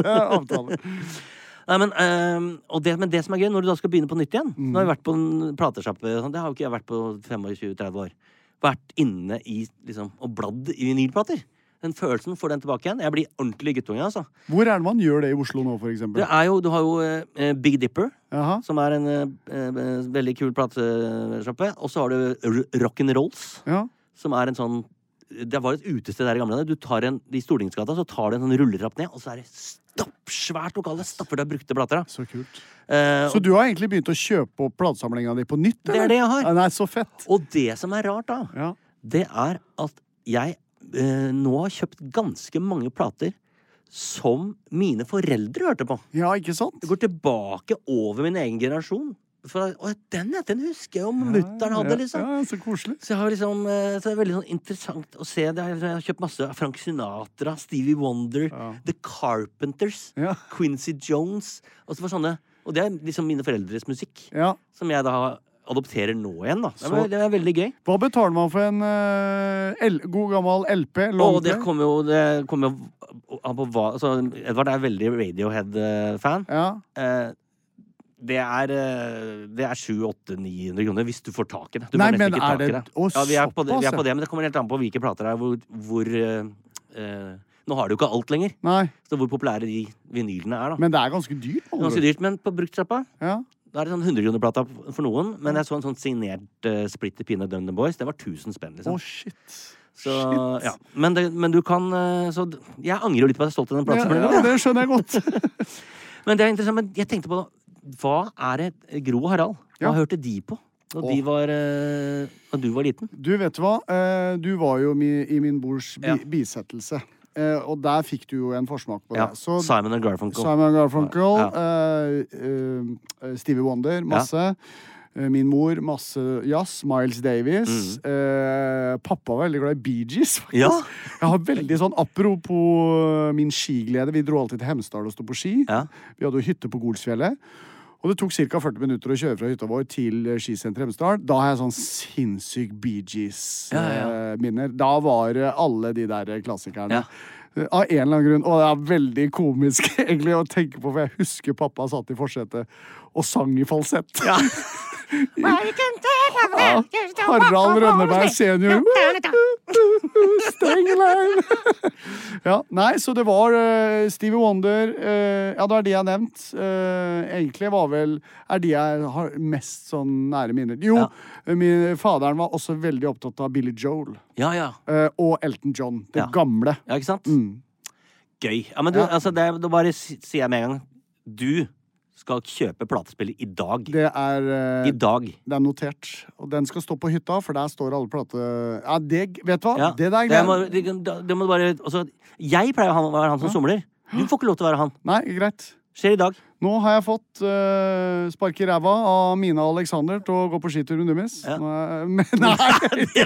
D: det er avtale.
C: Nei, men, ehm, og det, men det som er gøy, når du da skal begynne på nytt igjen Nå har vi vært på en platesjappe. og sånn, Det har jo ikke jeg vært på 25-30 år. Vært inne i, liksom, og bladd i vinylplater. Den følelsen får den tilbake igjen. Jeg blir ordentlig guttunge. altså.
D: Hvor er det man gjør det i Oslo nå, for eksempel?
C: Det er jo, du har jo eh, Big Dipper,
D: Jaha.
C: som er en eh, eh, veldig kul platesjappe. Og så har du R- Rock'n'Rolls,
D: Ja.
C: som er en sånn Det var et utested der i gamle dager. Du tar en, I Stortingsgata så tar du en sånn rulletrapp ned, og så er det stappsvært lokale stapper av brukte plater. da.
D: Så kult.
C: Eh,
D: Så du har egentlig begynt å kjøpe opp platesamlinga di på nytt?
C: er det jeg har.
D: Ja, Nei, så fett.
C: Og det som er rart, da,
D: Ja.
C: det er at jeg eh, nå har kjøpt ganske mange plater som mine foreldre hørte på.
D: ja, ikke sant?
C: Jeg går tilbake over min egen generasjon. For, og den, ja, den husker jeg jo mutter'n hadde, liksom.
D: Ja, ja, så koselig.
C: Så, jeg har liksom, eh, så det er veldig sånn interessant å se. Det er, jeg har kjøpt masse Frank Sinatra, Stevie Wonder,
D: Ja.
C: The Carpenters,
D: Ja.
C: Quincy Jones. Og, så var sånne, og det er liksom mine foreldres musikk,
D: Ja.
C: som jeg da adopterer nå igjen. da. Det
D: Så-
C: er, det er veldig gøy.
D: Hva betaler man for en eh, L god gammel LP?
C: Og
D: long
C: det
D: play?
C: kommer jo det kommer jo an på hva altså, Edvard er veldig Radiohead-fan.
D: Ja.
C: Eh, det er eh, Det er 700-800-900 kroner hvis du får tak i det. Du
D: Nei,
C: får nesten
D: men
C: ikke
D: er
C: tak i
D: det- å,
C: ja, vi, er på det, vi er
D: såpass, ja.
C: på det, men det kommer helt an på hvilke plater det er. Hvor, hvor eh, eh, Nå har du jo ikke alt lenger,
D: Nei.
C: så hvor populære de vinylene er. da
D: Men det er ganske dyrt. med andre
C: Ganske
D: ord.
C: dyrt, men på bruktsjappa
D: Ja.
C: da er det sånn 100-kronerplata for noen. Men jeg så en sånn signert eh, splitter pinne Dun The Boys. Det var 1000 spenn.
D: Å,
C: liksom
D: shit.
C: så,
D: shit.
C: ja. men, det, men du kan eh, Så d- jeg angrer jo litt på at jeg solgte den
D: Ja,
C: platesamlingen.
D: ja, det skjønner jeg godt.
C: Men det er interessant, men jeg tenkte på da, Hva er det eh, Gro og Harald? Hva
D: Ja.
C: hørte de på da, de
D: Åh.
C: var, eh, da du var liten?
D: Du, vet du hva? Eh, Du var jo mi, i min brors bi
C: Ja.
D: bisettelse. Eh, Og der fikk du jo en forsmak på det.
C: Ja,
D: Så
C: Simon og Garfunkel.
D: Simon Garfunkel,
C: Ja.
D: eh, eh, Stevie Wonder, masse. Eh, Min mor, masse jazz. Miles Davies. Eh, pappa var veldig glad i Bee Gees, [laughs] faktisk.
C: Mm. Ja.
D: Jeg har veldig sånn Apropos eh, min skiglede. Vi dro alltid til Hemsedal og sto på ski.
C: Ja.
D: Vi hadde jo hytte på Golsfjellet. Og det tok ca. 40 minutter å kjøre fra hytta vår til eh, skisenteret Hemsedal. Da har jeg sånn sinnssyk
C: Ja,
D: Bee
C: ja,
D: Gees-minner. Da var det alle de der klassikerne.
C: Ja.
D: Eh, Av en eller annen grunn. Og det er veldig komisk [laughs] egentlig å tenke på, for jeg husker pappa satt i forsetet og sang i falsett. [laughs] Ja. Harald Rønneberg senior. [laughs] Stengelein. [laughs] Ja, nei, så det var eh, Stevie Wonder eh, Ja, det er de jeg har nevnt. Eh, egentlig var vel Er de jeg har mest sånn nære minner. Jo,
C: Ja.
D: min faderen var også veldig opptatt av Billy Joel
C: Ja, ja.
D: eh, og Elton John. Det
C: Ja.
D: gamle.
C: ja, ikke sant? Gøy. Ja, men du,
D: Mm. Ja.
C: altså, det, er- da bare s- sier jeg med en gang Du skal kjøpe platespiller i dag.
D: Det er eh,
C: I dag.
D: det er notert. Og den skal stå på hytta, for der står alle plate... Ja, det, vet du hva?
C: Ja.
D: Det der
C: det
D: gleder
C: må, det, det må du bare altså, Jeg pleier å ha- være han som somler. Du får ikke lov til å være han.
D: Nei, greit.
C: Skjer i
D: [laughs]
C: dag.
D: Nå har jeg fått uh, spark i ræva av Mina og Alexander til å gå på skitur med Nummis.
C: Ja.
D: Nå er- [laughs] Men nei!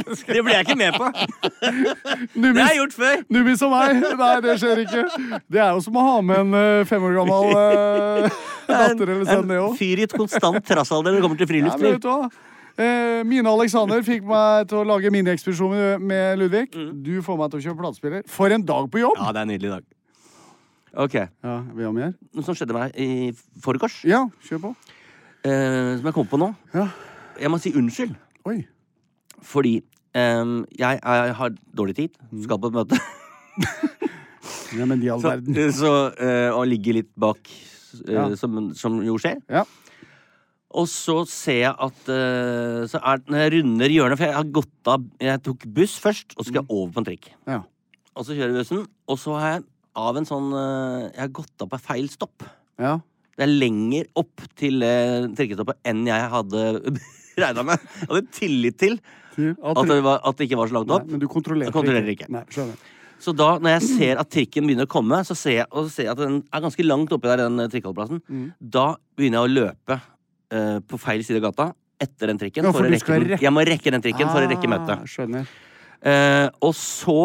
C: Det blir jeg ikke med på. Det har jeg
D: Nummis,
C: gjort før.
D: Nummis og meg! Nei, det skjer ikke. Det er jo som å ha med en eh, fem år
C: [laughs]
D: gammel eh, datter eller sønn, det
C: En
D: òg.
C: fyr i et konstant trassalder når det kommer til
D: Ja, men
C: friluftsliv.
D: vet du hva? Eh, Mina og Alexander fikk meg til å lage miniekskursjon med- med Ludvig. Du får meg til å kjøpe platespiller. For en dag på jobb!
C: Mm. Ja, det er en nydelig dag. Ok,
D: Ja, vi har mer?
C: Noe som skjedde meg i forgårs,
D: Ja, kjør på.
C: eh, som jeg kom på nå
D: Ja.
C: Jeg må si unnskyld,
D: Oi.
C: fordi eh, jeg, er- har dårlig tid, skal på et møte,
D: Ja, men i Mm.
C: [laughs]
D: all
C: så,
D: verden.
C: eh, og ligger litt bak, eh,
D: Ja.
C: som, som jo skjer.
D: Ja.
C: Og så ser jeg at eh, så er, Når jeg runder hjørnet For jeg har gått av Jeg tok buss først, og så skal jeg over på en trikk.
D: Mm. Ja.
C: Og så kjører vi bussen, og så har jeg av en sånn eh, Jeg har gått av på feil stopp.
D: ja.
C: Det er lenger opp til eh, trikkestoppet enn jeg hadde [laughs] regna med. Jeg hadde tillit til
D: Til at
C: at det, var, at det ikke var så langt
D: Nei,
C: opp.
D: men du kontrollerer,
C: Jeg kontrollerer ikke.
D: Nei, skjønner.
C: Så da, når jeg ser at trikken begynner å komme, så ser jeg, og så ser jeg at den er ganske langt oppi der, den eh, trikkeholdeplassen,
D: Mm.
C: da begynner jeg å løpe eh, på feil side av gata etter den trikken.
D: Ja, for
C: å
D: du
C: rekke
D: skal
C: den.
D: rekke-
C: Jeg må rekke den trikken for å rekke
D: Ah,
C: møtet.
D: Skjønner.
C: Eh, og så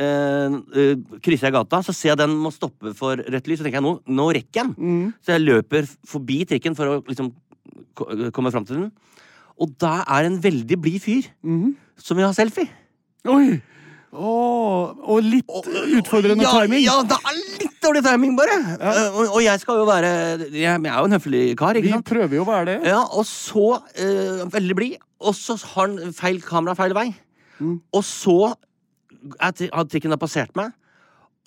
C: eh, eh, krysser jeg gata, så ser jeg den
D: Mm.
C: må stoppe for rødt lys. Så tenker jeg nå, nå rekker jeg den. Så jeg løper forbi trikken for å liksom ko- kommer fram til den. Og da er en veldig blid fyr
D: Mm-hmm.
C: som vil ha selfie.
D: Oi! Åh, og litt
C: øh,
D: utfordrende
C: ja,
D: timing.
C: Ja, det er litt dårlig timing, bare. Eh, Og, og jeg skal jo være jeg, jeg er jo en høflig kar,
D: Vi
C: ikke sant?
D: prøver jo å være det.
C: Ja, og så eh, Veldig blid. Og så har han feil kamera feil vei.
D: Mm.
C: Og så er, tri- har trikken da passert meg,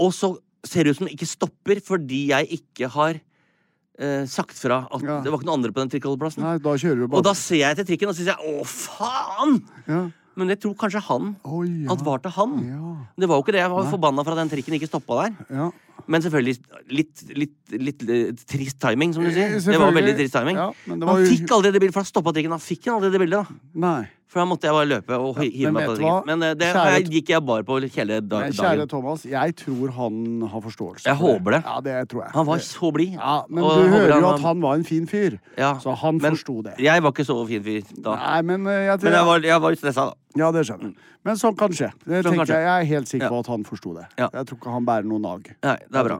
C: og så ser det ut som den ikke stopper fordi jeg ikke har eh, sagt fra at
D: Ja.
C: det var ikke noen andre på den trikkeholdeplassen.
D: Nei, da kjører du
C: Og
D: bare.
C: da ser jeg etter trikken og så sier jeg, å, faen!
D: Ja.
C: Men jeg tror kanskje han
D: Oi, ja.
C: at var til han.
D: Ja.
C: Det var jo ikke det. Jeg var forbanna for at den trikken ikke stoppa der.
D: Ja.
C: Men selvfølgelig litt, litt, litt, eh, trist timing, som du sier. Det
D: Eh,
C: var
D: selvfølgelig.
C: veldig trist timing.
D: Ja, men det var
C: han
D: jo-
C: fikk aldri det bildet, for han stoppa trikken. Han fikk aldri det bildet, da.
D: Nei.
C: For da måtte jeg bare løpe og hi- hive
D: men
C: meg på
D: vet du
C: trikken.
D: hva?
C: Men eh, det
D: Kjære-
C: jeg, gikk jeg bare på hele da-
D: Men kjære
C: dagen.
D: Thomas, jeg tror han har forståelse.
C: Jeg
D: for
C: håper det.
D: Ja, det tror jeg.
C: Han var så blid.
D: Ja, men
C: Og
D: du
C: jeg håper
D: hører jo
C: han-
D: at han var en fin fyr,
C: Ja,
D: så han
C: men
D: forsto det.
C: Jeg var ikke så fin fyr da.
D: Nei, men eh, jeg, tror-
C: Men jeg var, jeg var litt stressa, da.
D: Ja, det skjønner jeg. Men sånn kan skje. Det
C: Sånn kan
D: tenker
C: skje.
D: jeg, jeg er helt sikker
C: Ja.
D: på at han forsto det.
C: Ja.
D: Jeg tror ikke han bærer noe nag.
C: Nei, det er bra.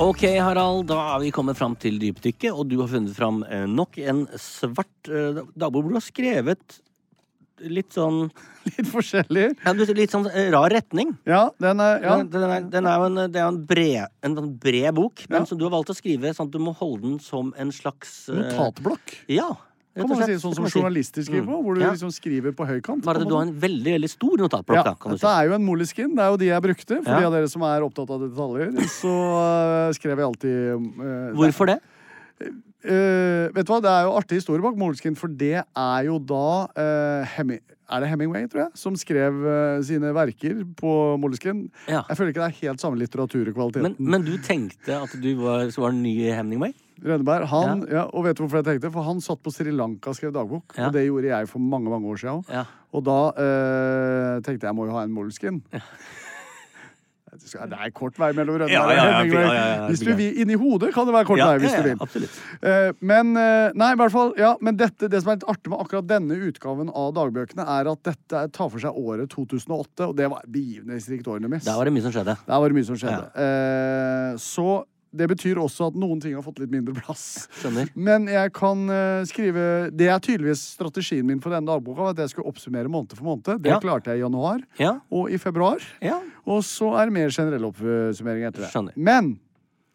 C: Ok, Harald, da er vi kommet fram til dypdykket, og du har funnet fram eh, nok en svart eh, dagbok hvor du har skrevet litt sånn
D: Litt [laughs] forskjellig.
C: ja, du- Litt sånn eh, rar retning.
D: Ja, den er ja.
C: Den, den er, den er jo en, det er jo en bred, en sånn bred bok, men som du har valgt å skrive sånn at du må holde den som en slags eh,
D: Notatblokk.
C: Ja. Eh, rett
D: Kan
C: og
D: man
C: slett,
D: si sånn
C: det kan
D: som
C: man si. Mm.
D: journalister skriver på, hvor du
C: Ja.
D: liksom skriver på høykant.
C: Bare
D: kan
C: at
D: man
C: du har
D: si.
C: en veldig veldig stor notatblokk, da. kan du
D: dette
C: si.
D: er jo en moleskin. Det er jo de jeg brukte. For
C: Ja.
D: de av dere som er opptatt av detaljer, så eh, skrev jeg alltid eh,
C: Hvorfor det?
D: Eh, vet du hva, Det er jo artig historie bak Moleskin, for det er jo da eh, Hemi Er det Hemingway, tror jeg, som skrev eh, sine verker på Moleskin?
C: Ja.
D: Jeg føler ikke det er helt samme litteratur i kvaliteten.
C: Men, men du tenkte at du var, så var den nye Hemningway?
D: Rønneberg, han, ja. og vet du hvorfor jeg tenkte? For han satt på Sri Lanka og skrev dagbok.
C: Ja.
D: Og det gjorde jeg for mange mange år siden. også.
C: Ja.
D: Og da eh, tenkte jeg jeg må jo ha en moleskin. [laughs] Det er kort vei mellom Rønneberg
C: Ja, ja, ja,
D: og Hemingway.
C: ja, ja, ja,
D: hvis du vil Inni hodet kan det være kort
C: Ja,
D: vei, hvis
C: ja, ja,
D: du vil.
C: absolutt.
D: Eh, men eh, nei, i hvert fall, ja, men dette, det som er litt artig med akkurat denne utgaven av dagbøkene, er at dette tar for seg året 2008, og det var et begivenhetsrikt år, nemlig.
C: Der var det mye som skjedde.
D: Der var det mye som skjedde. Eh, så det betyr også at noen ting har fått litt mindre plass.
C: Skjønner.
D: Men jeg kan eh, skrive Det er tydeligvis strategien min for denne dagboka. var At jeg skulle oppsummere måned for måned. Det
C: Ja.
D: klarte jeg i januar
C: Ja.
D: og i februar.
C: Ja.
D: Og så er det mer generell oppsummering etter det.
C: Skjønner.
D: Men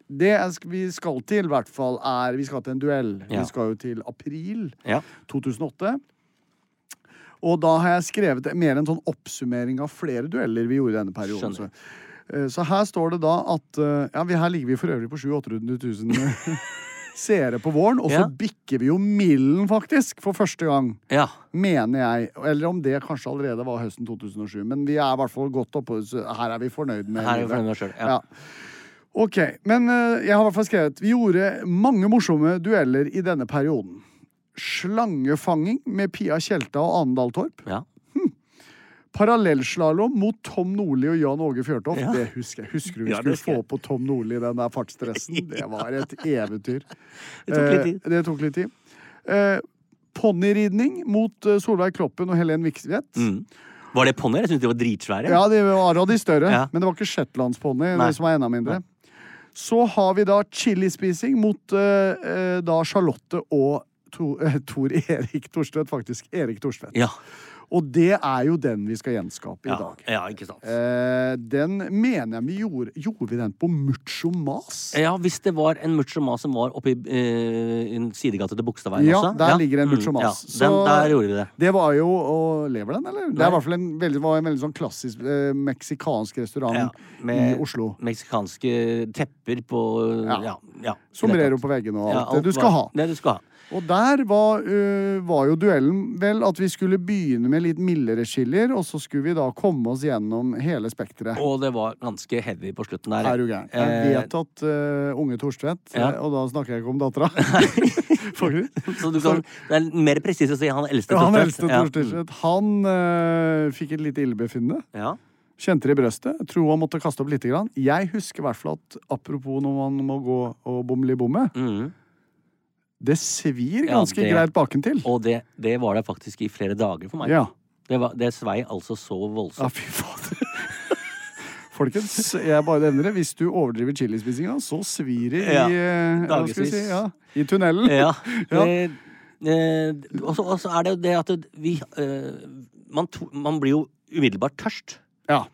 D: det jeg sk- vi skal til, i hvert fall, er Vi skal til en duell.
C: Ja.
D: Vi skal jo til april
C: Ja.
D: 2008. Og da har jeg skrevet mer en sånn oppsummering av flere dueller vi gjorde i denne perioden. Så,
C: Skjønner.
D: eh, [laughs] så her står det da at eh, Ja, vi, her ligger vi for øvrig på 700 000-800 000 seere på våren, og så
C: Ja.
D: bikker vi jo millen, faktisk, for første gang.
C: Ja.
D: Mener jeg. Eller om det kanskje allerede var høsten 2007. Men vi er i hvert fall godt oppe. så Her er vi fornøyd med
C: Her er vi
D: livet.
C: fornøyd med oss selv, ja.
D: Ok, men eh, jeg har i hvert fall skrevet Vi gjorde mange morsomme dueller i denne perioden. Slangefanging med Pia Tjelta og Ane Dahl Torp.
C: ja.
D: Parallellslalåm mot Tom Nordli og Jan Åge Fjørtoft. Det husker jeg. Husker du vi
C: Ja, det
D: skulle
C: husker jeg.
D: få på Tom Nordli i den der
C: [laughs]
D: fartsdressen? Det var et eventyr.
C: Det tok litt tid.
D: Eh, det tok litt tid. Eh, Ponniridning mot eh, Solveig Kloppen og Helen Vikstvedt.
C: Mm. Var det ponnier? Jeg syntes de var dritsvære.
D: Ja, de var av de større,
C: Ja.
D: men det var ikke shetlandsponni,
C: Nei.
D: det som var enda mindre. Så har vi da chilispising mot eh, eh, da Charlotte og to, eh, Tor Erik Torstvedt, faktisk. Erik Torstvedt.
C: Ja.
D: Og det er jo den vi skal gjenskape
C: Ja.
D: i dag.
C: ja, ikke sant.
D: Eh, den mener jeg vi gjorde Gjorde vi den på Mucho Mas?
C: Ja, hvis det var en mucho mas som var oppe i eh, en sidegate til Bogstadveien
D: Ja,
C: også.
D: der ligger en
C: Mm,
D: Mucho Mas.
C: Ja, den,
D: Så-
C: der gjorde vi det.
D: Det var jo og Lever den, eller? Det
C: Nei.
D: er i hvert fall en veldig, var en veldig sånn klassisk eh, meksikansk restaurant
C: Ja,
D: Sånn i Oslo.
C: Meksikanske tepper på
D: Ja.
C: Ja. ja
D: Sombrero på veggene og
C: Ja,
D: alt det du skal
C: var-
D: ha.
C: Det du skal ha.
D: Og der var, øh, var jo duellen vel at vi skulle begynne med litt mildere chilier, og så skulle vi da komme oss gjennom hele spekteret.
C: Og det var ganske heavy på slutten der.
D: Er du gæren? Jeg
C: Eh,
D: vet at øh, unge Torstvedt
C: Ja.
D: øh, Og da snakker jeg ikke om
C: [laughs] [laughs]
D: dattera. [laughs]
C: så du kan, det er mer presist å si han eldste.
D: Han
C: Torstein.
D: eldste
C: Ja. Mm.
D: Torstvedt. Han øh, fikk et lite illebefinnende.
C: Ja.
D: Kjente det i brøstet. Tro han måtte kaste opp lite grann. Jeg husker i hvert fall at apropos når man må gå og bomle i bommet,
C: Mhm.
D: det svir
C: Ja,
D: ganske
C: det-
D: greit bakentil.
C: Og det, det var det faktisk i flere dager for meg.
D: Ja.
C: Det, var, det svei altså så
D: Ja,
C: voldsomt.
D: fy fader. Folkens, jeg bare nevner det. Hvis du overdriver chilispisinga, så svir det i
C: Ja,
D: eh, hva skal vi si,
C: dagevis.
D: ja, I
C: [laughs]
D: tunnelen.
C: Ja.
D: [laughs] Ja.
C: det- eh, og så og så er det jo det at det- vi eh, man, to, man blir jo umiddelbart tørst.
D: Ja.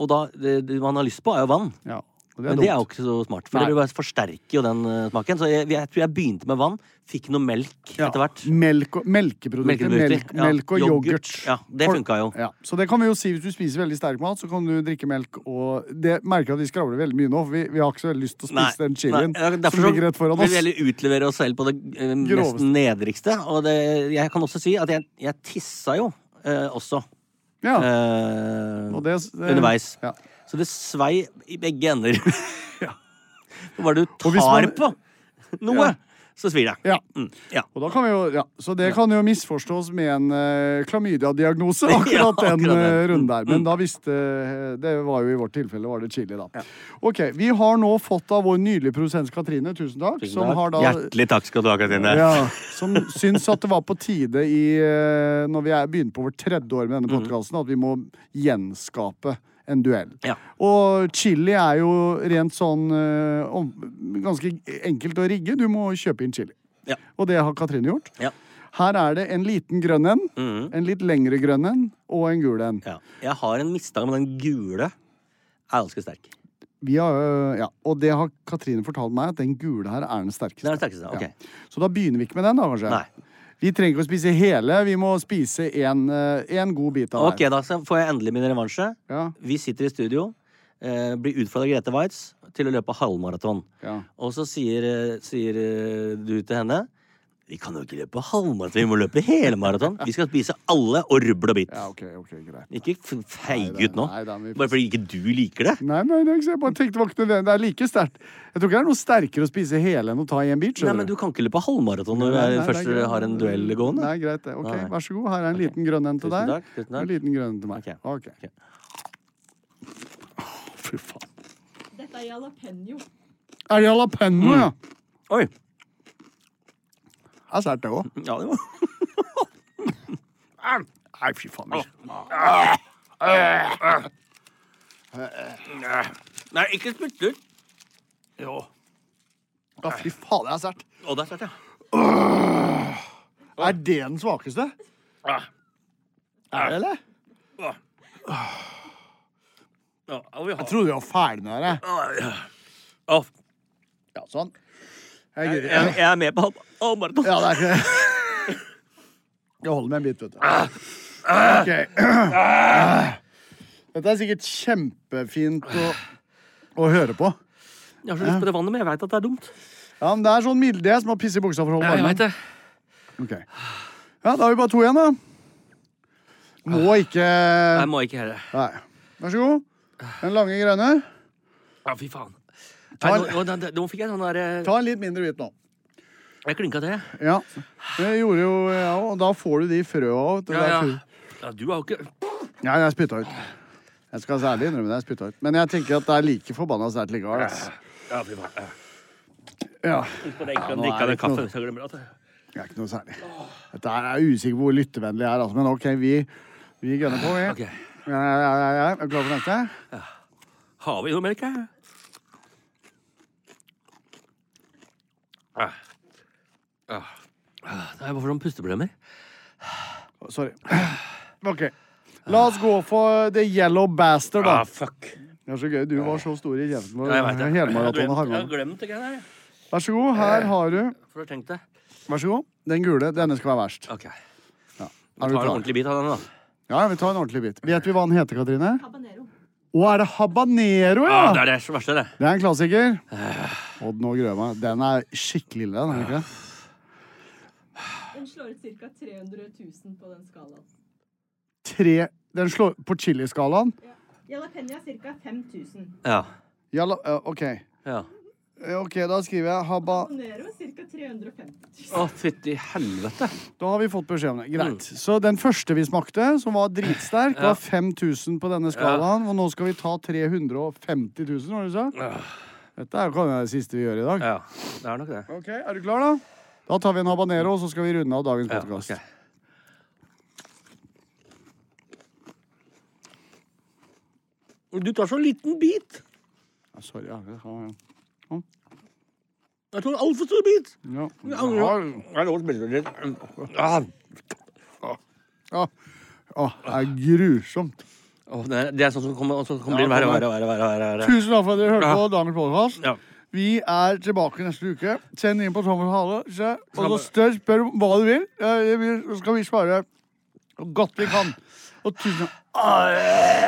C: Og da det, det man har lyst på, er jo vann.
D: ja. Og det
C: Men
D: er
C: det er jo
D: dumt.
C: ikke så smart, for
D: Nei.
C: det bare forsterker jo den eh, smaken. Så jeg, jeg tror jeg begynte med vann, fikk noe melk
D: Ja.
C: etter hvert.
D: Melk og, melkeprodukter.
C: Melkeprodukter,
D: Melk,
C: ja.
D: melk og
C: Yoghurt,
D: yoghurt.
C: ja, det
D: For-
C: funka jo.
D: Ja. Så det kan vi jo si hvis du spiser veldig sterk mat, så kan du drikke melk og Det merker jeg at vi skravler veldig mye nå, for vi, vi har ikke så veldig lyst til å spise den chilien
C: nei, ja, derfor
D: som
C: så
D: ligger rett
C: vil
D: foran oss.
C: vi heller utlevere oss selv på det eh, mest
D: Groveste.
C: nedrigste. Og det, jeg kan også si at jeg, jeg tissa jo eh, også.
D: Ja.
C: eh,
D: Og det- det-
C: underveis.
D: ja.
C: Så det svei i begge
D: [laughs]
C: ender. [laughs] Hva er det du
D: Og
C: tar
D: hvis man-
C: på noe,
D: Ja.
C: så svir det.
D: Ja.
C: Mm, ja.
D: Og da kan vi jo, ja, Så det kan jo misforstås med en
C: [laughs]
D: eh, klamydia-diagnose, akkurat
C: Ja, akkurat den.
D: den
C: Mm.
D: eh, runden der. Men da visste eh, Det var jo i vårt tilfelle var det chili, da. Ok, Vi har nå fått av vår nydelige produsent Katrine, tusen takk, som har da
C: Hjertelig takk skal du ha, Katrine.
D: ja, som syns at det var på tide i, eh, når vi er begynner på vårt tredje år
C: Mhm.
D: med denne podkasten, at vi må gjenskape en duell.
C: Ja.
D: Og chili er jo rent sånn eh, om, ganske enkelt å rigge. Du må kjøpe inn chili.
C: Ja.
D: Og det har Katrine gjort.
C: Ja. Mhm.
D: Her er det en liten grønn en, en litt lengre grønn en og en gul en.
C: Ja. Jeg har en mistanke om at den gule er ganske sterk.
D: Vi har, øh, ja. Og det har Katrine fortalt meg, at den gule her er den sterkeste.
C: Den er den sterkeste, ok.
D: Så da begynner vi ikke med den, da, kanskje?
C: Nei.
D: Vi trenger ikke å spise hele, vi må spise en, øh, en god bit av
C: Ok, da så får jeg endelig min revansje.
D: Ja.
C: Vi sitter i studio, eh, blir utfordret av Grete Waitz til å løpe halvmaraton.
D: Ja.
C: Og så sier, eh, sier eh, du til henne Vi kan jo ikke løpe halvmaraton, vi må løpe hele maraton. Vi skal spise alle og rubbel og bit.
D: Ja, ok, ok, greit.
C: Ikke f- feig
D: Nei, det-
C: ut nå.
D: nei, da må vi-
C: Bare fordi ikke du liker det.
D: Nei, nei, det er ikke så- jeg bare tenkte det var ikke nødvendig. Det er like sterkt. Jeg tror ikke det er noe sterkere å spise hele enn å ta i en bit. skjønner
C: Nei, men du kan ikke løpe halvmaraton når du
D: Nei,
C: er-
D: nei, det er
C: først
D: greit.
C: har en duell gående.
D: Nei, greit det. Ok,
C: Nei.
D: vær så god. Her er en liten grønn en til
C: Tusen
D: deg.
C: takk, tusen
D: Og
C: takk.
D: en liten grønn en til meg.
C: Ok.
D: Ok.
C: Ok.
D: Å, Fy faen.
E: Dette er jalapeño.
D: Er det jalapeño,
C: Mm.
D: ja?
C: Oi!
D: Jeg ser det òg.
C: Ja, det var [laughs]
D: Nei, fy faen.
C: Nei, ikke spytt ut. Jo.
D: Ja, fy faen, det er sært.
C: Å, der satt jeg.
D: Er det den svakeste?
C: Ah.
D: Er det, eller?
C: Ja, vi har-
D: Jeg trodde vi var ferdig med det. her, jeg.
C: Å,
D: Ja, sånn. Jeg gidder
C: jeg,
D: ikke.
C: jeg er med på halv- halvmaraton.
D: Ja, det er ikke Jeg holder med en bit, vet du. Ok. Dette er sikkert kjempefint å, å høre på.
C: Jeg har så lyst på det vannet, men jeg veit at det er dumt.
D: Ja, men det er sånn milde som har piss i buksa for å holde
F: Ja, jeg veit det.
D: varmen. Ok. Ja, da har vi bare to igjen, da. Må ikke
C: Jeg må ikke heller.
D: Nei. Vær så god. Den lange grønne.
C: Ja, fy faen.
D: Ta
C: Nei,
D: en-
C: nå, nå, nå, nå fikk jeg sånn der eh,
D: Ta en litt mindre bit nå.
C: Jeg klinka til.
D: Ja. Det gjorde jo jeg òg, og da får du de frøa òg.
F: Ja, ja.
C: Ja, du har jo ikke
D: Ja, jeg spytta ut. Jeg skal særlig innrømme det. jeg spytta ut. Men jeg tenker at det er like forbanna sterkt likevel. ass.
C: Ja, fy faen.
D: Ja.
C: Husk på det, ikke å drikke
D: nå er
C: av
D: det
C: den
D: ikke noe-
C: kaffen. så jeg glemmer at det-
D: Det er ikke noe særlig. Dette her er usikker på hvor lyttevennlig jeg er, altså. men OK, vi, vi gønner på, vi.
C: Ok.
D: Ja, ja, ja, ja, ja. Er du klar for neste?
C: Har vi noe melk her? Ah. Ah. Ah, Nei, Hva for noen pusteproblemer?
D: Sorry. OK. La oss gå for The Yellow Bastard, da.
C: Ah, fuck.
D: Det er så gøy. Du var så stor i kjeften på
C: Ja, jeg vet Eh. det.
D: helmaratonet
C: Jeg har
D: Harman.
C: glemt det greiene her.
D: Vær så god, her har du.
C: For du tenkte
D: Vær så god. Den gule. Denne skal være verst.
C: Ok.
D: Er
C: Vi
D: du
C: tar en
D: klar?
C: ordentlig bit av den, da.
D: Ja, vi tar en ordentlig bit. Vet vi hva den heter, Katrine?
E: Habanero.
D: Å, er det habanero,
C: Ja, det
D: ja?
C: er Ah. det som verste, det.
D: Det er en klassiker. Odd nå Grøva. Den er skikkelig ille, den, er den ikke det?
E: Ah. Den slår ut ca. 300 000 på den skalaen.
D: Tre Den slår på chiliskalaen.
E: Jalapeño er ca. 5000.
C: Ja.
D: Jalla eh, OK.
C: ja.
D: Eh, OK, da skriver jeg haba...
E: Habanero ca. 350 000.
C: Å, fytti helvete.
D: Da har vi fått beskjed om det. Greit.
C: Mm.
D: Så den første vi smakte, som var dritsterk, var 5000 på denne skalaen. Og nå skal vi ta 350 000, var det du sa? Dette er jo kanskje det siste vi gjør i dag.
C: Ja, det er nok det.
D: Ok, Er du klar, da? Da tar vi en habanero, og så skal vi runde av dagens
C: Ja,
D: podkast.
C: ok. Du tar så liten bit.
D: Ja, sorry. Ja. Ja, ja.
C: Jeg tar en altfor stor bit.
D: Ja.
C: Jeg lov å spille litt. Ah.
D: Ja. Å, det er grusomt.
C: Å, det er- det er sånn som kommer, og så kommer det
D: Ja,
C: verre og verre.
D: kommer.
C: og verre, og verre, og verre.
D: Tusen takk for at dere hørte på dagens podkast.
C: Ja.
D: Vi er tilbake neste uke. Send inn på Thomas Hale. se, Og så stør, spør om hva du vil. Eh, vi- Så skal vi svare så godt vi kan. Og tusen takk.